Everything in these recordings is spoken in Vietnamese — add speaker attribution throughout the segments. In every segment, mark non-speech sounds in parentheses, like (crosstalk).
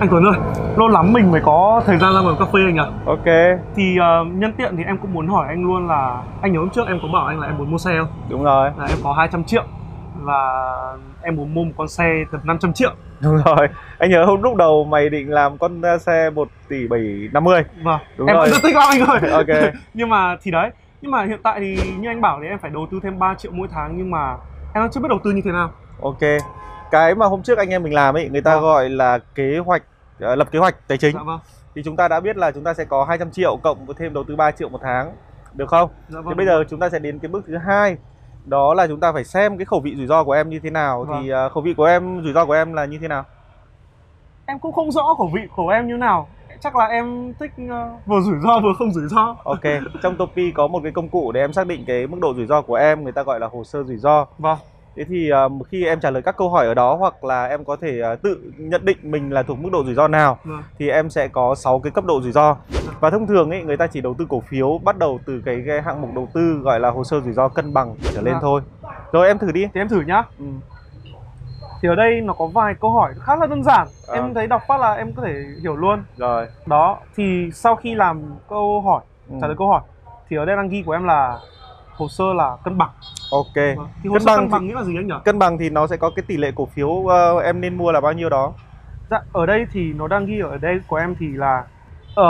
Speaker 1: Anh Tuấn ơi, lâu lắm mình mới có thời gian ra ngồi cà phê anh ạ.
Speaker 2: Ok,
Speaker 1: Thì ờ, nhân tiện thì em cũng muốn hỏi anh luôn là anh nhớ hôm trước em có bảo anh là em muốn mua xe không?
Speaker 2: đúng rồi,
Speaker 1: Là em có 200 triệu và em muốn mua một con xe tầm 500 triệu.
Speaker 2: đúng rồi. Anh nhớ hôm lúc đầu mày định làm con uh, xe 1 tỷ 750.
Speaker 1: Vâng.
Speaker 2: Đúng
Speaker 1: em
Speaker 2: rồi.
Speaker 1: cũng rất thích lắm anh ơi.
Speaker 2: (laughs) Ok.
Speaker 1: (laughs) nhưng mà thì đấy, nhưng mà hiện tại thì như anh bảo thì em phải đầu tư thêm 3 triệu mỗi tháng nhưng mà em đang chưa biết đầu tư như thế nào.
Speaker 2: Ok. Cái mà hôm trước anh em mình làm ấy, người ta
Speaker 1: Vâng.
Speaker 2: gọi là kế hoạch ờ, lập kế hoạch tài chính
Speaker 1: Dạ vâng.
Speaker 2: thì chúng ta đã biết là chúng ta sẽ có 200 triệu cộng với thêm đầu tư 3 triệu một tháng. Được không?
Speaker 1: Dạ vâng.
Speaker 2: Thì bây giờ chúng ta sẽ đến cái bước thứ hai đó là chúng ta phải xem cái khẩu vị rủi ro của em như thế nào thì
Speaker 1: Vâng.
Speaker 2: ờ, khẩu vị của em rủi ro của em là như thế nào
Speaker 1: em cũng không rõ khẩu vị của em như nào. Chắc là em thích ờ, vừa rủi ro vừa không rủi ro.
Speaker 2: ok trong topi có một cái công cụ để em xác định cái mức độ rủi ro của em người ta gọi là hồ sơ rủi ro
Speaker 1: Vâng.
Speaker 2: Thế thì ờ, khi em trả lời các câu hỏi ở đó hoặc là em có thể ờ, tự nhận định mình là thuộc mức độ rủi ro nào
Speaker 1: Vâng.
Speaker 2: thì em sẽ có 6 cái cấp độ rủi ro. Và thông thường ấy người ta chỉ đầu tư cổ phiếu bắt đầu từ cái, cái hạng mục đầu tư gọi là hồ sơ rủi ro cân bằng trở lên
Speaker 1: Dạ.
Speaker 2: thôi. Rồi em thử đi.
Speaker 1: Thì em thử nhá.
Speaker 2: Ừ.
Speaker 1: Thì ở đây nó có vài câu hỏi khá là đơn giản
Speaker 2: Ờ.
Speaker 1: Em thấy đọc phát là em có thể hiểu luôn
Speaker 2: Rồi.
Speaker 1: Đó, thì sau khi làm câu hỏi,
Speaker 2: Ừ.
Speaker 1: trả lời câu hỏi Thì ở đây đang ghi của em là hồ sơ là cân bằng Vâng.
Speaker 2: Ok.
Speaker 1: Thì hồ
Speaker 2: Cân
Speaker 1: sơ
Speaker 2: bằng
Speaker 1: cân
Speaker 2: thì-
Speaker 1: bằng nghĩa là gì anh nhỉ?
Speaker 2: Cân bằng thì nó sẽ có cái tỷ lệ cổ phiếu ờ, em nên mua là bao nhiêu đó.
Speaker 1: Dạ, ở đây thì nó đang ghi ở đây của em thì là ờ,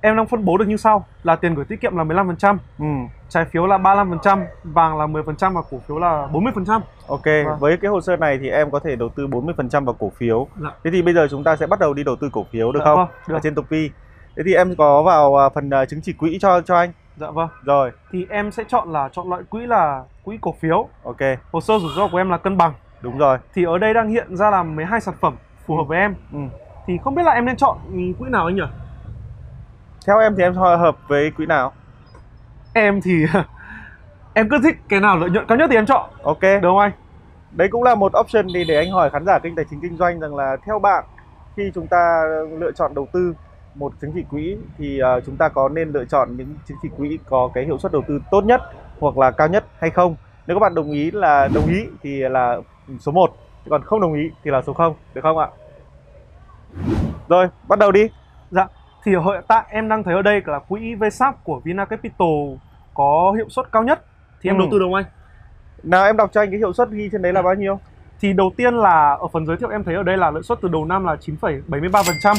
Speaker 1: Em đang phân bố được như sau Là tiền gửi tiết kiệm là 15%
Speaker 2: Ừ.
Speaker 1: Trái phiếu là 35%, vàng là 10% và cổ phiếu là 40%
Speaker 2: Ok,
Speaker 1: Vâng.
Speaker 2: với cái hồ sơ này thì em có thể đầu tư 40% vào cổ phiếu.
Speaker 1: Dạ.
Speaker 2: Thế thì bây giờ chúng ta sẽ bắt đầu đi đầu tư cổ phiếu được
Speaker 1: Dạ
Speaker 2: không?
Speaker 1: vâng, được.
Speaker 2: Ở trên Topi. Thế thì em có vào à, phần à, chứng chỉ quỹ cho cho anh.
Speaker 1: Dạ vâng
Speaker 2: Rồi,
Speaker 1: Thì em sẽ chọn là chọn loại quỹ là quỹ cổ phiếu
Speaker 2: ok,
Speaker 1: Hồ sơ rủi ro của em là cân bằng
Speaker 2: đúng rồi.
Speaker 1: thì ở đây đang hiện ra là 12 sản phẩm phù hợp với em
Speaker 2: Ừ.
Speaker 1: thì không biết là em nên chọn ừ, quỹ nào anh nhỉ
Speaker 2: Theo em thì em hòa hợp với quỹ nào?
Speaker 1: em thì (laughs) em cứ thích cái nào lợi nhuận cao nhất thì em chọn
Speaker 2: Ok,
Speaker 1: được không anh
Speaker 2: đấy cũng là một option thì để anh hỏi khán giả kênh tài chính kinh doanh rằng là theo bạn khi chúng ta lựa chọn đầu tư một chứng chỉ quỹ thì à, chúng ta có nên lựa chọn những chứng chỉ quỹ có cái hiệu suất đầu tư tốt nhất hoặc là cao nhất hay không? Nếu các bạn đồng ý là đồng ý thì là số 1, còn không đồng ý thì là số 0, được không ạ? Rồi, bắt đầu đi.
Speaker 1: Dạ. thì hiện tại em đang thấy ở đây là quỹ VSAP của Vina Capital có hiệu suất cao nhất thì em
Speaker 2: Ừ.
Speaker 1: đầu tư được không anh
Speaker 2: Nào em đọc cho anh cái hiệu suất ghi trên đấy là bao nhiêu?
Speaker 1: thì đầu tiên là ở phần giới thiệu em thấy ở đây là lợi suất từ đầu năm là 9,73%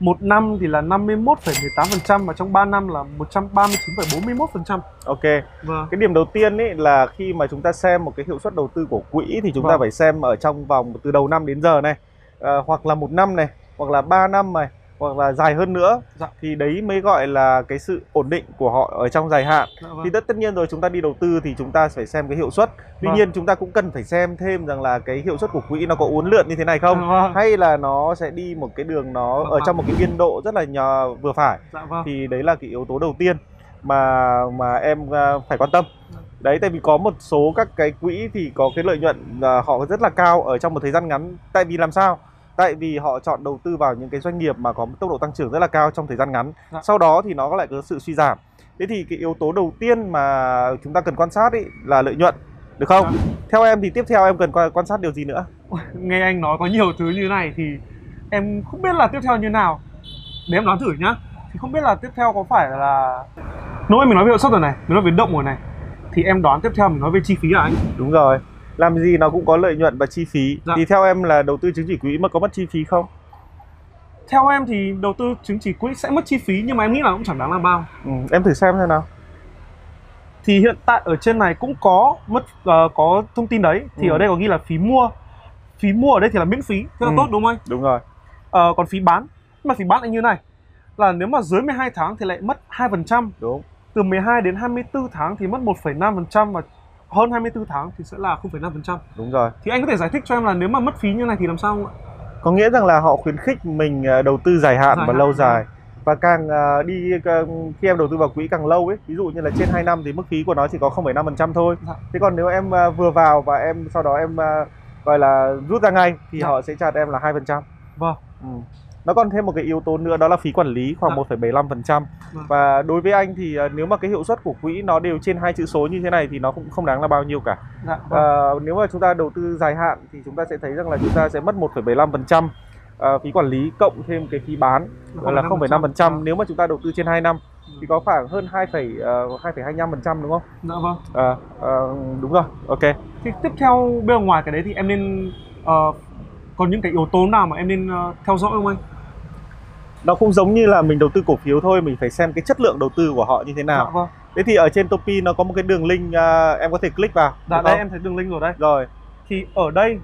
Speaker 1: một năm thì là 51,18% và trong 3 năm là 139,41%.
Speaker 2: Ok,
Speaker 1: Vâng.
Speaker 2: cái điểm đầu tiên ấy là khi mà chúng ta xem một cái hiệu suất đầu tư của quỹ thì chúng ta
Speaker 1: Vâng.
Speaker 2: phải xem ở trong vòng từ đầu năm đến giờ này ờ, hoặc là một năm này hoặc là ba năm này hoặc là dài hơn nữa
Speaker 1: Dạ.
Speaker 2: thì đấy mới gọi là cái sự ổn định của họ ở trong dài hạn
Speaker 1: Dạ vâng.
Speaker 2: thì tất tất nhiên rồi chúng ta đi đầu tư thì chúng ta phải xem cái hiệu suất tuy
Speaker 1: Vâng.
Speaker 2: nhiên chúng ta cũng cần phải xem thêm rằng là cái hiệu suất của quỹ nó có uốn lượn như thế này
Speaker 1: Dạ
Speaker 2: không
Speaker 1: vâng.
Speaker 2: hay là nó sẽ đi một cái đường nó
Speaker 1: Vâng
Speaker 2: ở
Speaker 1: ạ.
Speaker 2: trong một cái biên độ rất là nhỏ, vừa phải
Speaker 1: Dạ vâng.
Speaker 2: thì đấy là cái yếu tố đầu tiên mà mà em à, phải quan tâm đấy tại vì có một số các cái quỹ thì có cái lợi nhuận à, họ rất là cao ở trong một thời gian ngắn tại vì làm sao tại vì họ chọn đầu tư vào những cái doanh nghiệp mà có tốc độ tăng trưởng rất là cao trong thời gian ngắn
Speaker 1: Dạ.
Speaker 2: sau đó thì nó lại có sự suy giảm thế thì cái yếu tố đầu tiên mà chúng ta cần quan sát ý là lợi nhuận được không
Speaker 1: Dạ.
Speaker 2: theo em thì tiếp theo em cần qua- quan sát điều gì nữa
Speaker 1: Ôi, nghe anh nói có nhiều thứ như này thì em không biết là tiếp theo như nào để em đoán thử nhá thì không biết là tiếp theo có phải là nỗi mình nói về hiệu suất rồi này mình nói về động rồi này thì em đoán tiếp theo mình nói về chi phí à anh
Speaker 2: đúng rồi làm gì nó cũng có lợi nhuận và chi phí
Speaker 1: Dạ.
Speaker 2: thì theo em là đầu tư chứng chỉ quỹ mà có mất chi phí không
Speaker 1: theo em thì đầu tư chứng chỉ quỹ sẽ mất chi phí nhưng mà em nghĩ là cũng chẳng đáng là bao
Speaker 2: Ừ, em thử xem xem nào.
Speaker 1: thì hiện tại ở trên này cũng có mất ờ, có thông tin đấy thì
Speaker 2: Ừ.
Speaker 1: ở đây có ghi là phí mua phí mua ở đây thì là miễn phí rất là
Speaker 2: Ừ.
Speaker 1: tốt đúng không anh
Speaker 2: Đúng rồi.
Speaker 1: Ờ, còn phí bán mà phí bán lại như này là nếu mà dưới 12 tháng thì lại mất 2%
Speaker 2: Đúng.
Speaker 1: từ 12 đến 24 tháng thì mất 1,5% và hơn 24 tháng thì sẽ là 0,5%.
Speaker 2: Đúng rồi.
Speaker 1: Thì anh có thể giải thích cho em là nếu mà mất phí như này thì làm sao không ạ?
Speaker 2: Có nghĩa rằng là họ khuyến khích mình ờ, đầu tư dài hạn
Speaker 1: Dài
Speaker 2: và
Speaker 1: hạn,
Speaker 2: lâu
Speaker 1: đúng
Speaker 2: dài. Và càng ờ, đi ờ, khi em đầu tư vào quỹ càng lâu ấy, ví dụ như là trên 2 năm thì mức phí của nó chỉ có 0,5% thôi.
Speaker 1: Dạ.
Speaker 2: Thế còn nếu em ờ, vừa vào và em sau đó em ờ, gọi là rút ra ngay thì
Speaker 1: Dạ.
Speaker 2: họ sẽ trả em là 2%.
Speaker 1: Vâng.
Speaker 2: Ừ. Nó còn thêm một cái yếu tố nữa đó là phí quản lý khoảng
Speaker 1: Dạ.
Speaker 2: 1,75%.
Speaker 1: Vâng.
Speaker 2: Và đối với anh thì ờ, nếu mà cái hiệu suất của quỹ nó đều trên hai chữ số như thế này thì nó cũng không đáng là bao nhiêu cả.
Speaker 1: Dạ, vâng.
Speaker 2: Ờ, nếu mà chúng ta đầu tư dài hạn thì chúng ta sẽ thấy rằng là chúng ta sẽ mất 1,75% à, phí quản lý cộng thêm cái phí bán là 0,5%
Speaker 1: Ờ.
Speaker 2: nếu mà chúng ta đầu tư trên 2 năm
Speaker 1: Ừ.
Speaker 2: thì có khoảng hơn 2, ờ, 2,25% đúng không?
Speaker 1: Dạ vâng.
Speaker 2: À, à, đúng rồi. Ok.
Speaker 1: Thì tiếp theo bên ngoài cái đấy thì em nên ờ, còn những cái yếu tố nào mà em nên ờ, theo dõi không anh?
Speaker 2: Nó cũng giống như là mình đầu tư cổ phiếu thôi, mình phải xem cái chất lượng đầu tư của họ như thế nào.
Speaker 1: Dạ vâng.
Speaker 2: Thế thì ở trên Topi nó có một cái đường link à, em có thể click vào.
Speaker 1: Dạ
Speaker 2: đúng
Speaker 1: đây
Speaker 2: không?
Speaker 1: em thấy đường link rồi đây.
Speaker 2: Rồi,
Speaker 1: Thì ở đây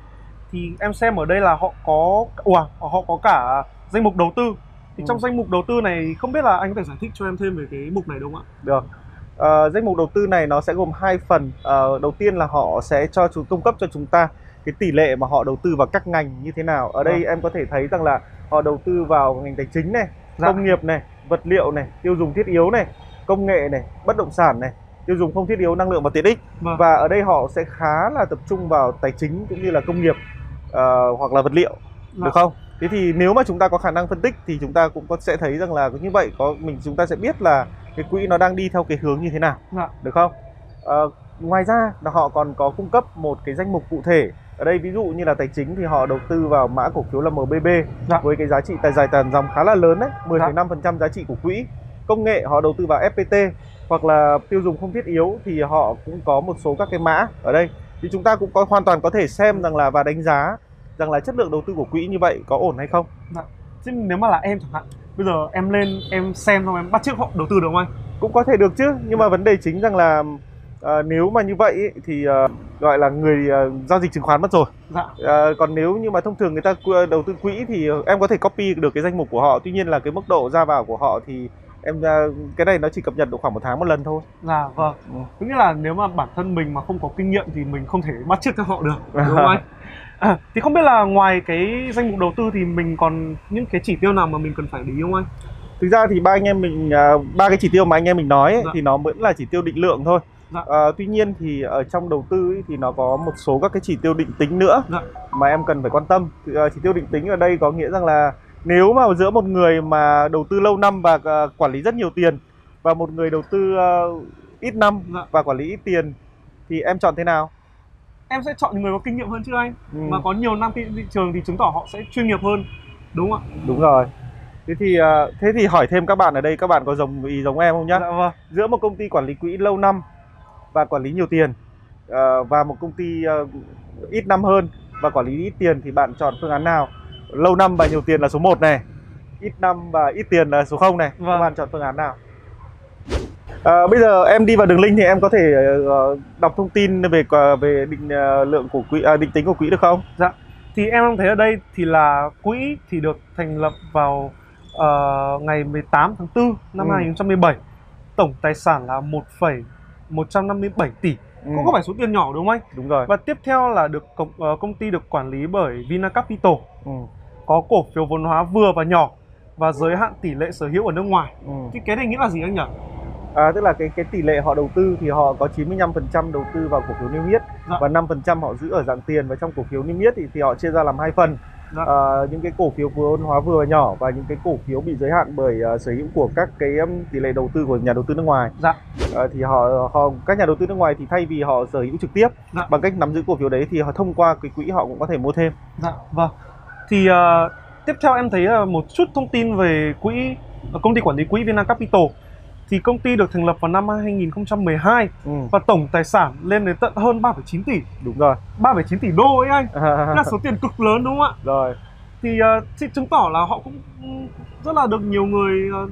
Speaker 1: thì em xem ở đây là họ có ủa họ có cả danh mục đầu tư. Thì
Speaker 2: Ừ.
Speaker 1: trong danh mục đầu tư này không biết là anh có thể giải thích cho em thêm về cái mục này đúng không ạ?
Speaker 2: được. À, danh mục đầu tư này nó sẽ gồm hai phần. Ờ, đầu tiên là họ sẽ cho chúng cung cấp cho chúng ta cái tỷ lệ mà họ đầu tư vào các ngành như thế nào. Ở đây
Speaker 1: Vâng.
Speaker 2: em có thể thấy rằng là họ đầu tư vào ngành tài chính này,
Speaker 1: Dạ.
Speaker 2: công nghiệp này, vật liệu này, tiêu dùng thiết yếu này, công nghệ này, bất động sản này, tiêu dùng không thiết yếu, năng lượng và tiện ích.
Speaker 1: Vâng.
Speaker 2: Và ở đây họ sẽ khá là tập trung vào tài chính cũng như là công nghiệp ờ, hoặc là vật liệu,
Speaker 1: Dạ.
Speaker 2: được không? Thế thì nếu mà chúng ta có khả năng phân tích thì chúng ta cũng có sẽ thấy rằng là như vậy có mình chúng ta sẽ biết là cái quỹ nó đang đi theo cái hướng như thế nào,
Speaker 1: Dạ.
Speaker 2: được không? Ờ, ngoài ra là họ còn có cung cấp một cái danh mục cụ thể ở đây ví dụ như là tài chính thì họ đầu tư vào mã cổ phiếu là MBB
Speaker 1: Dạ.
Speaker 2: với cái giá trị tài giải tàn dòng khá là lớn đấy 10,5% giá trị của quỹ công nghệ họ đầu tư vào FPT hoặc là tiêu dùng không thiết yếu thì họ cũng có một số các cái mã ở đây thì chúng ta cũng có hoàn toàn có thể xem rằng là và đánh giá rằng là chất lượng đầu tư của quỹ như vậy có ổn hay không
Speaker 1: Chứ nếu mà là em chẳng hạn bây giờ em lên em xem xong em bắt chước họ đầu tư được không anh?
Speaker 2: cũng có thể được chứ nhưng mà vấn đề chính rằng là ờ, nếu mà như vậy ý, thì ờ, gọi là người ờ, giao dịch chứng khoán mất rồi
Speaker 1: Dạ.
Speaker 2: Ờ, còn nếu như mà thông thường người ta cu- ờ, đầu tư quỹ thì em có thể copy được cái danh mục của họ tuy nhiên là cái mức độ ra vào của họ thì em ờ, cái này nó chỉ cập nhật được khoảng một tháng một lần thôi
Speaker 1: Dạ vâng.
Speaker 2: Ừ.
Speaker 1: Có nghĩa là nếu mà bản thân mình mà không có kinh nghiệm thì mình không thể bắt chước các họ được, đúng không anh? À, thì không biết là ngoài cái danh mục đầu tư thì mình còn những cái chỉ tiêu nào mà mình cần phải để ý không anh?
Speaker 2: thực ra thì ba anh em mình à, ba cái chỉ tiêu mà anh em mình nói ấy,
Speaker 1: Dạ.
Speaker 2: thì nó vẫn là chỉ tiêu định lượng thôi
Speaker 1: Dạ.
Speaker 2: Ờ, tuy nhiên thì ở trong đầu tư ấy, thì nó có một số các cái chỉ tiêu định tính nữa
Speaker 1: Dạ.
Speaker 2: mà em cần phải quan tâm thì, ờ, chỉ tiêu định tính ở đây có nghĩa rằng là nếu mà giữa một người mà đầu tư lâu năm và ờ, quản lý rất nhiều tiền và một người đầu tư ờ, ít năm
Speaker 1: Dạ.
Speaker 2: và quản lý ít tiền thì em chọn thế nào
Speaker 1: Em sẽ chọn người có kinh nghiệm hơn chứ anh?
Speaker 2: Ừ.
Speaker 1: Mà có nhiều năm thị thị trường thì chứng tỏ họ sẽ chuyên nghiệp hơn, đúng không ạ?
Speaker 2: đúng rồi thế thì ờ, thế thì hỏi thêm các bạn ở đây các bạn có giống ý giống em không nhá
Speaker 1: Dạ vâng.
Speaker 2: giữa một công ty quản lý quỹ lâu năm và quản lý nhiều tiền ờ, và một công ty ờ, ít năm hơn và quản lý ít tiền thì bạn chọn phương án nào lâu năm và nhiều tiền là số 1 này ít năm và ít tiền là số 0 này các
Speaker 1: Vâng.
Speaker 2: bạn chọn phương án nào Ờ, bây giờ em đi vào đường link thì em có thể ờ, đọc thông tin về ờ, về định ờ, lượng của quỹ à, định tính của quỹ được không
Speaker 1: Thì em thấy ở đây thì là quỹ thì được thành lập vào ờ, ngày 18 tháng 4 năm
Speaker 2: Ừ.
Speaker 1: 2017. Tổng tài sản là 1,157 tỷ.
Speaker 2: ừ,
Speaker 1: Cũng không phải Vâng. số tiền nhỏ đúng không anh?
Speaker 2: đúng rồi
Speaker 1: Và tiếp theo là được công, ờ, công ty được quản lý bởi Vinacapital,
Speaker 2: ừ,
Speaker 1: có cổ phiếu vốn hóa vừa và nhỏ và giới hạn tỷ lệ sở hữu ở nước ngoài.
Speaker 2: ừ.
Speaker 1: Thì cái này nghĩa là gì anh nhỉ?
Speaker 2: À, tức là cái cái tỷ lệ họ đầu tư thì họ có 95% đầu tư vào cổ phiếu niêm yết
Speaker 1: Dạ.
Speaker 2: và 5% họ giữ ở dạng tiền và trong cổ phiếu niêm yết thì, thì họ chia ra làm hai phần.
Speaker 1: Dạ.
Speaker 2: Ờ, những cái cổ phiếu vốn hóa vừa và nhỏ và những cái cổ phiếu bị giới hạn bởi ờ, sở hữu của các cái um, tỷ lệ đầu tư của nhà đầu tư nước ngoài.
Speaker 1: Dạ.
Speaker 2: Ờ, thì họ họ các nhà đầu tư nước ngoài thì thay vì họ sở hữu trực tiếp
Speaker 1: Dạ.
Speaker 2: bằng cách nắm giữ cổ phiếu đấy thì họ thông qua cái quỹ họ cũng có thể mua thêm.
Speaker 1: Dạ, vâng. Thì ờ, tiếp theo em thấy là một chút thông tin về quỹ ờ, công ty quản lý quỹ Vinacapital. Thì công ty được thành lập vào năm 2012
Speaker 2: Ừ,
Speaker 1: và tổng tài sản lên đến tận hơn 3,9 tỷ,
Speaker 2: đúng rồi.
Speaker 1: 3,9 tỷ đô ấy anh. Là
Speaker 2: Dạ.
Speaker 1: số tiền cực lớn đúng không ạ?
Speaker 2: (laughs) rồi.
Speaker 1: Thì, ờ, thì chứng tỏ là họ cũng rất là được nhiều người ờ,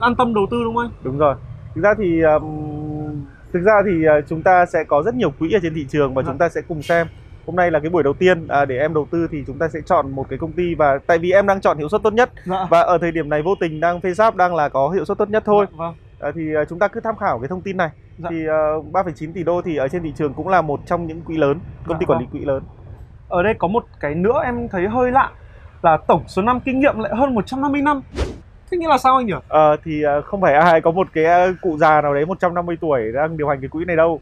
Speaker 1: an tâm đầu tư đúng không anh?
Speaker 2: đúng rồi thực ra thì um, thực ra thì uh, chúng ta sẽ có rất nhiều quỹ ở trên thị trường và
Speaker 1: Vâng.
Speaker 2: chúng ta sẽ cùng xem hôm nay là cái buổi đầu tiên à, để em đầu tư thì chúng ta sẽ chọn một cái công ty và tại vì em đang chọn hiệu suất tốt nhất
Speaker 1: Dạ.
Speaker 2: và ở thời điểm này vô tình đang PhasApp đang là có hiệu suất tốt nhất thôi
Speaker 1: Dạ, vâng.
Speaker 2: à, thì à, chúng ta cứ tham khảo cái thông tin này
Speaker 1: Dạ.
Speaker 2: thì uh, 3,9 tỷ đô thì ở trên thị trường cũng là một trong những quỹ lớn công
Speaker 1: Dạ,
Speaker 2: ty quản lý
Speaker 1: vâng.
Speaker 2: quỹ lớn
Speaker 1: Ở đây có một cái nữa em thấy hơi lạ là tổng số năm kinh nghiệm lại hơn 150 năm. Thế nghĩa là sao anh nhỉ?
Speaker 2: Ờ, thì à, không phải ai có một cái à, cụ già nào đấy 150 tuổi đang điều hành cái quỹ này đâu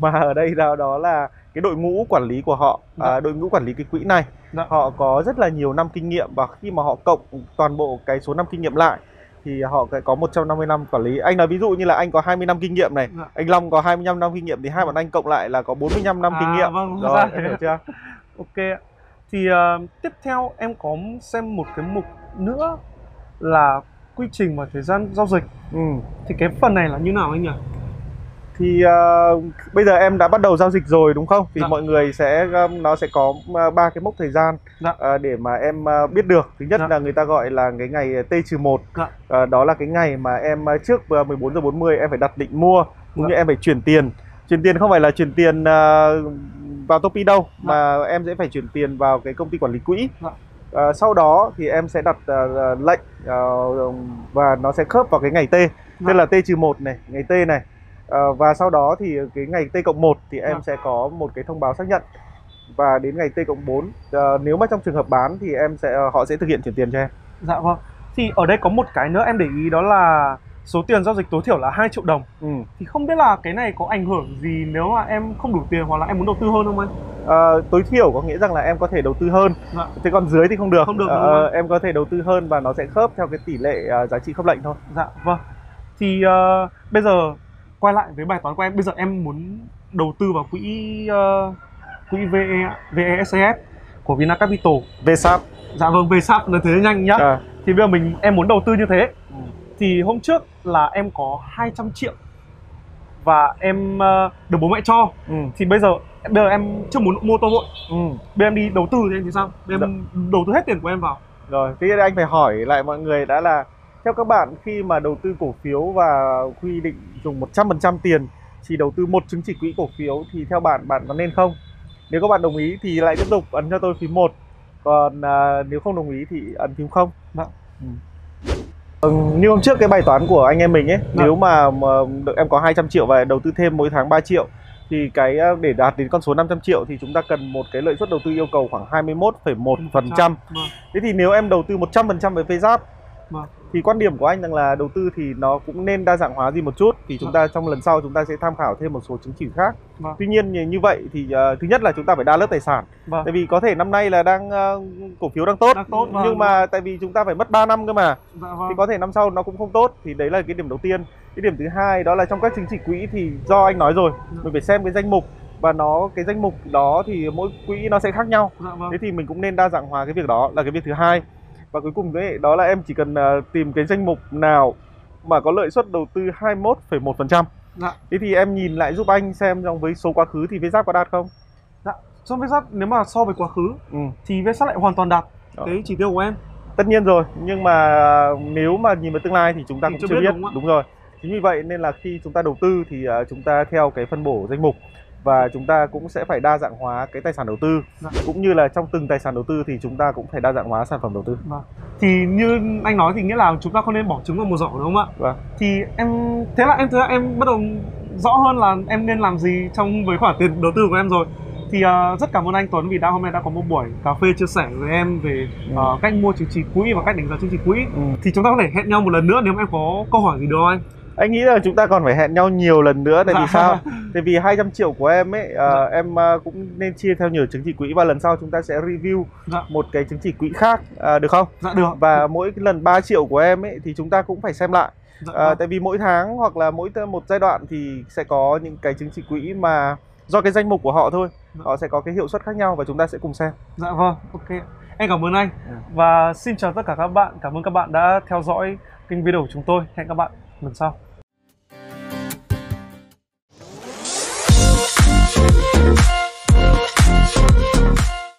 Speaker 2: mà ở đây đó đó là cái đội ngũ quản lý của họ à,
Speaker 1: Dạ.
Speaker 2: đội ngũ quản lý cái quỹ này
Speaker 1: Dạ.
Speaker 2: họ có rất là nhiều năm kinh nghiệm và khi mà họ cộng toàn bộ cái số năm kinh nghiệm lại thì họ sẽ có 150 năm quản lý anh nói ví dụ như là anh có 20 năm kinh nghiệm này
Speaker 1: Dạ.
Speaker 2: anh Long có 25 năm kinh nghiệm thì hai bọn anh cộng lại là có 45 năm kinh
Speaker 1: À,
Speaker 2: nghiệm
Speaker 1: vâng,
Speaker 2: rồi
Speaker 1: ra
Speaker 2: em
Speaker 1: thế.
Speaker 2: hiểu chưa
Speaker 1: Ok ạ. thì ờ, tiếp theo em có xem một cái mục nữa là quy trình và thời gian giao dịch
Speaker 2: Ừ.
Speaker 1: thì cái phần này là như nào anh nhỉ
Speaker 2: thì ờ, bây giờ em đã bắt đầu giao dịch rồi đúng không? Thì
Speaker 1: Dạ.
Speaker 2: mọi người sẽ um, nó sẽ có ờ, ba cái mốc thời gian
Speaker 1: Dạ.
Speaker 2: ờ, để mà em ờ, biết được. Thứ nhất
Speaker 1: Dạ.
Speaker 2: là người ta gọi là cái ngày ờ, T 1.
Speaker 1: Dạ.
Speaker 2: đó là cái ngày mà em ờ, trước ờ, 14 giờ 40 em phải đặt định mua cũng
Speaker 1: Dạ.
Speaker 2: như em phải chuyển tiền. Chuyển tiền không phải là chuyển tiền ờ, vào Topi đâu
Speaker 1: Dạ.
Speaker 2: mà em sẽ phải chuyển tiền vào cái công ty quản lý quỹ.
Speaker 1: Dạ.
Speaker 2: Ờ, sau đó thì em sẽ đặt ờ, lệnh ờ, và nó sẽ khớp vào cái ngày T.
Speaker 1: Dạ.
Speaker 2: Tức là T 1 này, ngày T này. Ờ, và sau đó thì cái ngày T cộng 1 thì em
Speaker 1: Dạ.
Speaker 2: sẽ có một cái thông báo xác nhận và đến ngày T cộng 4 ờ, nếu mà trong trường hợp bán thì em sẽ ờ, họ sẽ thực hiện chuyển tiền cho em.
Speaker 1: dạ vâng thì ở đây có một cái nữa em để ý đó là số tiền giao dịch tối thiểu là 2 triệu đồng
Speaker 2: Ừ.
Speaker 1: thì không biết là cái này có ảnh hưởng gì nếu mà em không đủ tiền hoặc là em muốn đầu tư hơn không anh
Speaker 2: Ờ, tối thiểu có nghĩa rằng là em có thể đầu tư hơn.
Speaker 1: Dạ.
Speaker 2: Thế còn dưới thì không được.
Speaker 1: Không được,
Speaker 2: Ờ,
Speaker 1: đúng không?
Speaker 2: em có thể đầu tư hơn và nó sẽ khớp theo cái tỷ lệ ờ, giá trị khớp lệnh thôi.
Speaker 1: dạ vâng thì ờ, bây giờ quay lại với bài toán của em bây giờ em muốn đầu tư vào quỹ ờ, quỹ E, VE, VESF của Vina Capital
Speaker 2: VSAP.
Speaker 1: dạ vâng VSAP là thế nhanh nhá
Speaker 2: Ờ.
Speaker 1: thì bây giờ mình em muốn đầu tư như thế
Speaker 2: Ừ.
Speaker 1: thì hôm trước là em có 200 triệu và em ờ, được bố mẹ cho
Speaker 2: Ừ.
Speaker 1: thì bây giờ bây giờ em chưa muốn mua tô vội
Speaker 2: Ừ.
Speaker 1: bây giờ em đi đầu tư thì em thì sao bây giờ em
Speaker 2: Dạ.
Speaker 1: đầu tư hết tiền của em vào
Speaker 2: Rồi, thế anh phải hỏi lại mọi người đã là theo các bạn khi mà đầu tư cổ phiếu và quy định dùng 100% tiền chỉ đầu tư một chứng chỉ quỹ cổ phiếu thì theo bạn bạn có nên không? Nếu các bạn đồng ý thì lại tiếp tục ấn cho tôi phím 1. Còn à, nếu không đồng ý thì ấn phím 0.
Speaker 1: Vâng.
Speaker 2: Ừ. Ừ, như hôm trước cái bài toán của anh em mình ấy, nếu mà, mà được- em có 200 triệu và đầu tư thêm mỗi tháng 3 triệu thì cái à, để đạt đến con số 500 triệu thì chúng ta cần một cái lợi suất đầu tư yêu cầu khoảng 21,1%.
Speaker 1: Vâng.
Speaker 2: Thế thì nếu em đầu tư 100% về Faceapp
Speaker 1: Vâng.
Speaker 2: thì quan điểm của anh rằng là đầu tư thì nó cũng nên đa dạng hóa đi một chút thì chúng ta trong lần sau chúng ta sẽ tham khảo thêm một số chứng chỉ khác.
Speaker 1: Vâng.
Speaker 2: Tuy nhiên như- như vậy thì ờ, thứ nhất là chúng ta phải đa lớp tài sản.
Speaker 1: Vâng.
Speaker 2: Tại vì có thể năm nay là đang ờ, cổ phiếu đang tốt,
Speaker 1: Đang tốt, vâng,
Speaker 2: nhưng mà tại vì chúng ta phải mất 3 năm cơ mà
Speaker 1: dạ vâng
Speaker 2: thì có thể năm sau nó cũng không tốt thì đấy là cái điểm đầu tiên cái điểm thứ hai đó là trong các chứng chỉ quỹ thì do anh nói rồi
Speaker 1: Dạ.
Speaker 2: mình phải xem cái danh mục và nó cái danh mục đó thì mỗi quỹ nó sẽ khác nhau
Speaker 1: dạ vâng
Speaker 2: thế thì mình cũng nên đa dạng hóa cái việc đó là cái việc thứ hai và cuối cùng đấy đó là em chỉ cần ờ, tìm cái danh mục nào mà có lợi suất đầu tư 21,1%
Speaker 1: Dạ.
Speaker 2: Thế thì em nhìn lại giúp anh xem trong với số quá khứ thì Vietjet có đạt không?
Speaker 1: so với sát nếu mà so với quá khứ
Speaker 2: Ừ. Dạ.
Speaker 1: thì Vsat lại hoàn toàn đạt
Speaker 2: Đó.
Speaker 1: cái chỉ tiêu của em
Speaker 2: Tất nhiên rồi, nhưng mà nếu mà nhìn vào tương lai thì chúng ta
Speaker 1: Thì
Speaker 2: cũng
Speaker 1: chưa
Speaker 2: chưa
Speaker 1: biết
Speaker 2: biết.
Speaker 1: đúng không ạ?
Speaker 2: Đúng rồi. Chính vì vậy nên là khi chúng ta đầu tư thì ờ, chúng ta theo cái phân bổ danh mục và chúng ta cũng sẽ phải đa dạng hóa cái tài sản đầu tư
Speaker 1: Dạ.
Speaker 2: cũng như là trong từng tài sản đầu tư thì chúng ta cũng phải đa dạng hóa sản phẩm đầu tư.
Speaker 1: thì như anh nói thì nghĩa là chúng ta không nên bỏ trứng vào một giỏ đúng không ạ
Speaker 2: Vâng.
Speaker 1: thì em thế là em thế là em bắt đầu rõ hơn là em nên làm gì trong với khoản tiền đầu tư của em rồi thì ờ, rất cảm ơn anh Tuấn vì đã hôm nay đã có một buổi cà phê chia sẻ với em về
Speaker 2: Ừ.
Speaker 1: ờ, cách mua chứng chỉ quỹ và cách đánh giá chứng chỉ quỹ
Speaker 2: Ừ.
Speaker 1: thì chúng ta có thể hẹn nhau một lần nữa nếu mà em có câu hỏi gì đó anh
Speaker 2: anh nghĩ là chúng ta còn phải hẹn nhau nhiều lần nữa tại vì
Speaker 1: Dạ.
Speaker 2: sao tại vì 200 triệu của em ấy ờ, em ờ, cũng nên chia theo nhiều chứng chỉ quỹ và lần sau chúng ta sẽ review
Speaker 1: Dạ.
Speaker 2: một cái chứng chỉ quỹ khác ờ, được không
Speaker 1: (laughs) dạ được
Speaker 2: và mỗi cái lần 3 triệu của em ấy thì chúng ta cũng phải xem lại
Speaker 1: dạ,
Speaker 2: Ờ,
Speaker 1: vâng.
Speaker 2: tại vì mỗi tháng hoặc là mỗi t- một giai đoạn thì sẽ có những cái chứng chỉ quỹ mà do cái danh mục của họ thôi
Speaker 1: Dạ.
Speaker 2: họ sẽ có cái hiệu suất khác nhau và chúng ta sẽ cùng xem
Speaker 1: Dạ vâng, ok. Em cảm ơn anh
Speaker 2: Ừ.
Speaker 1: và xin chào tất cả các bạn. Cảm ơn các bạn đã theo dõi kênh video của chúng tôi. Hẹn các bạn lần sau.